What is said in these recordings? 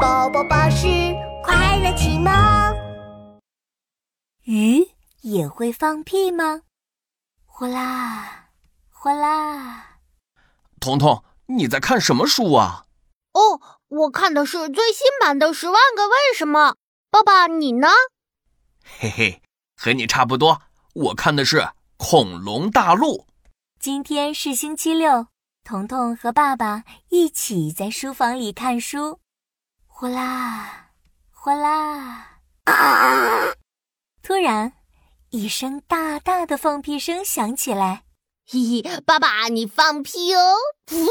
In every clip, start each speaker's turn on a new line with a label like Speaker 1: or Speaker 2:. Speaker 1: 宝宝巴士快乐启蒙。
Speaker 2: 鱼也会放屁吗？哗啦，哗啦！
Speaker 3: 彤彤，你在看什么书啊？
Speaker 4: 哦，我看的是最新版的《十万个为什么》。爸爸，你呢？
Speaker 3: 嘿嘿，和你差不多。我看的是《恐龙大陆》。
Speaker 2: 今天是星期六，彤彤和爸爸一起在书房里看书。哗啦，哗啦！啊！突然，一声大大的放屁声响起来。
Speaker 4: 嘿嘿，爸爸，你放屁哦！噗！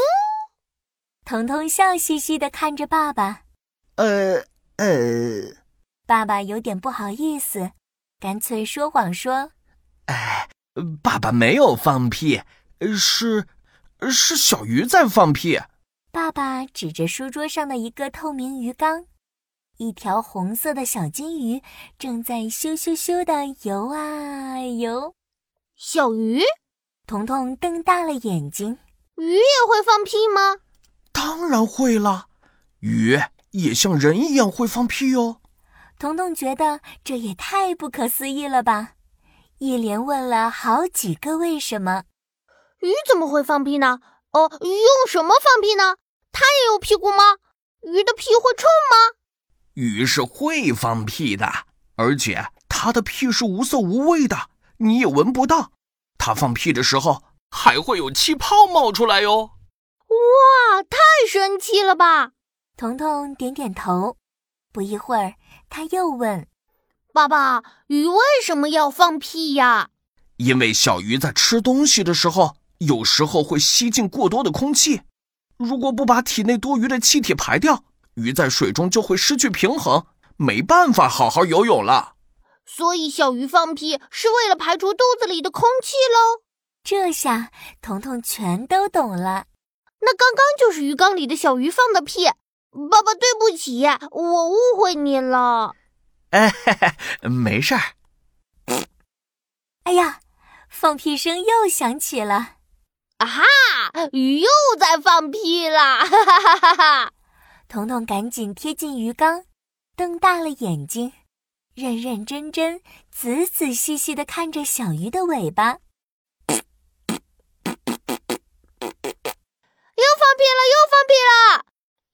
Speaker 2: 彤彤笑嘻嘻的看着爸爸。
Speaker 5: 呃呃，
Speaker 2: 爸爸有点不好意思，干脆说谎说：“
Speaker 3: 哎，爸爸没有放屁，是是小鱼在放屁。”
Speaker 2: 爸爸指着书桌上的一个透明鱼缸，一条红色的小金鱼正在咻咻咻的游啊游。
Speaker 4: 小鱼，
Speaker 2: 彤彤瞪大了眼睛。
Speaker 4: 鱼也会放屁吗？
Speaker 3: 当然会啦，鱼也像人一样会放屁哦。
Speaker 2: 彤彤觉得这也太不可思议了吧，一连问了好几个为什么。
Speaker 4: 鱼怎么会放屁呢？哦，鱼用什么放屁呢？它也有屁股吗？鱼的屁会臭吗？
Speaker 3: 鱼是会放屁的，而且它的屁是无色无味的，你也闻不到。它放屁的时候还会有气泡冒出来哟、哦。
Speaker 4: 哇，太神奇了吧！
Speaker 2: 彤彤点点头。不一会儿，他又问：“
Speaker 4: 爸爸，鱼为什么要放屁呀？”
Speaker 3: 因为小鱼在吃东西的时候。有时候会吸进过多的空气，如果不把体内多余的气体排掉，鱼在水中就会失去平衡，没办法好好游泳了。
Speaker 4: 所以小鱼放屁是为了排除肚子里的空气喽。
Speaker 2: 这下彤彤全都懂了。
Speaker 4: 那刚刚就是鱼缸里的小鱼放的屁。爸爸，对不起，我误会您了。
Speaker 3: 哎，嘿嘿没事儿。
Speaker 2: 哎呀，放屁声又响起了。
Speaker 4: 啊哈！鱼又在放屁啦！哈哈哈哈哈！
Speaker 2: 彤彤赶紧贴近鱼缸，瞪大了眼睛，认认真真、仔仔细细的看着小鱼的尾巴。
Speaker 4: 又放屁了！又放屁了！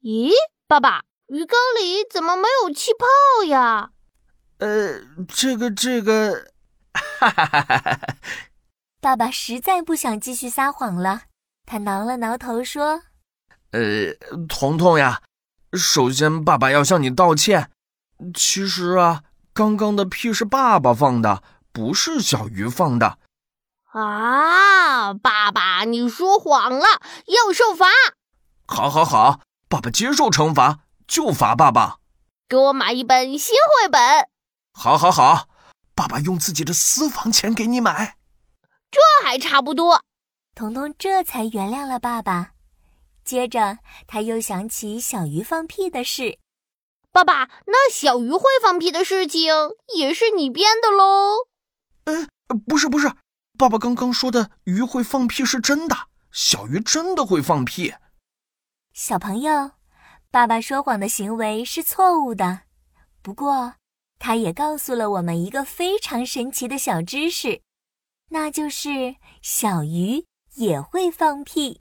Speaker 4: 咦，爸爸，鱼缸里怎么没有气泡呀？
Speaker 5: 呃，这个这个，
Speaker 3: 哈哈哈哈哈！
Speaker 2: 爸爸实在不想继续撒谎了，他挠了挠头说：“
Speaker 3: 呃，彤彤呀，首先爸爸要向你道歉。其实啊，刚刚的屁是爸爸放的，不是小鱼放的。”
Speaker 4: 啊，爸爸，你说谎了，要受罚。
Speaker 3: 好，好，好，爸爸接受惩罚，就罚爸爸。
Speaker 4: 给我买一本新绘本。
Speaker 3: 好，好，好，爸爸用自己的私房钱给你买。
Speaker 4: 这还差不多，
Speaker 2: 彤彤这才原谅了爸爸。接着，他又想起小鱼放屁的事。
Speaker 4: 爸爸，那小鱼会放屁的事情也是你编的喽？
Speaker 3: 呃，不是不是，爸爸刚刚说的鱼会放屁是真的，小鱼真的会放屁。
Speaker 2: 小朋友，爸爸说谎的行为是错误的，不过他也告诉了我们一个非常神奇的小知识。那就是小鱼也会放屁。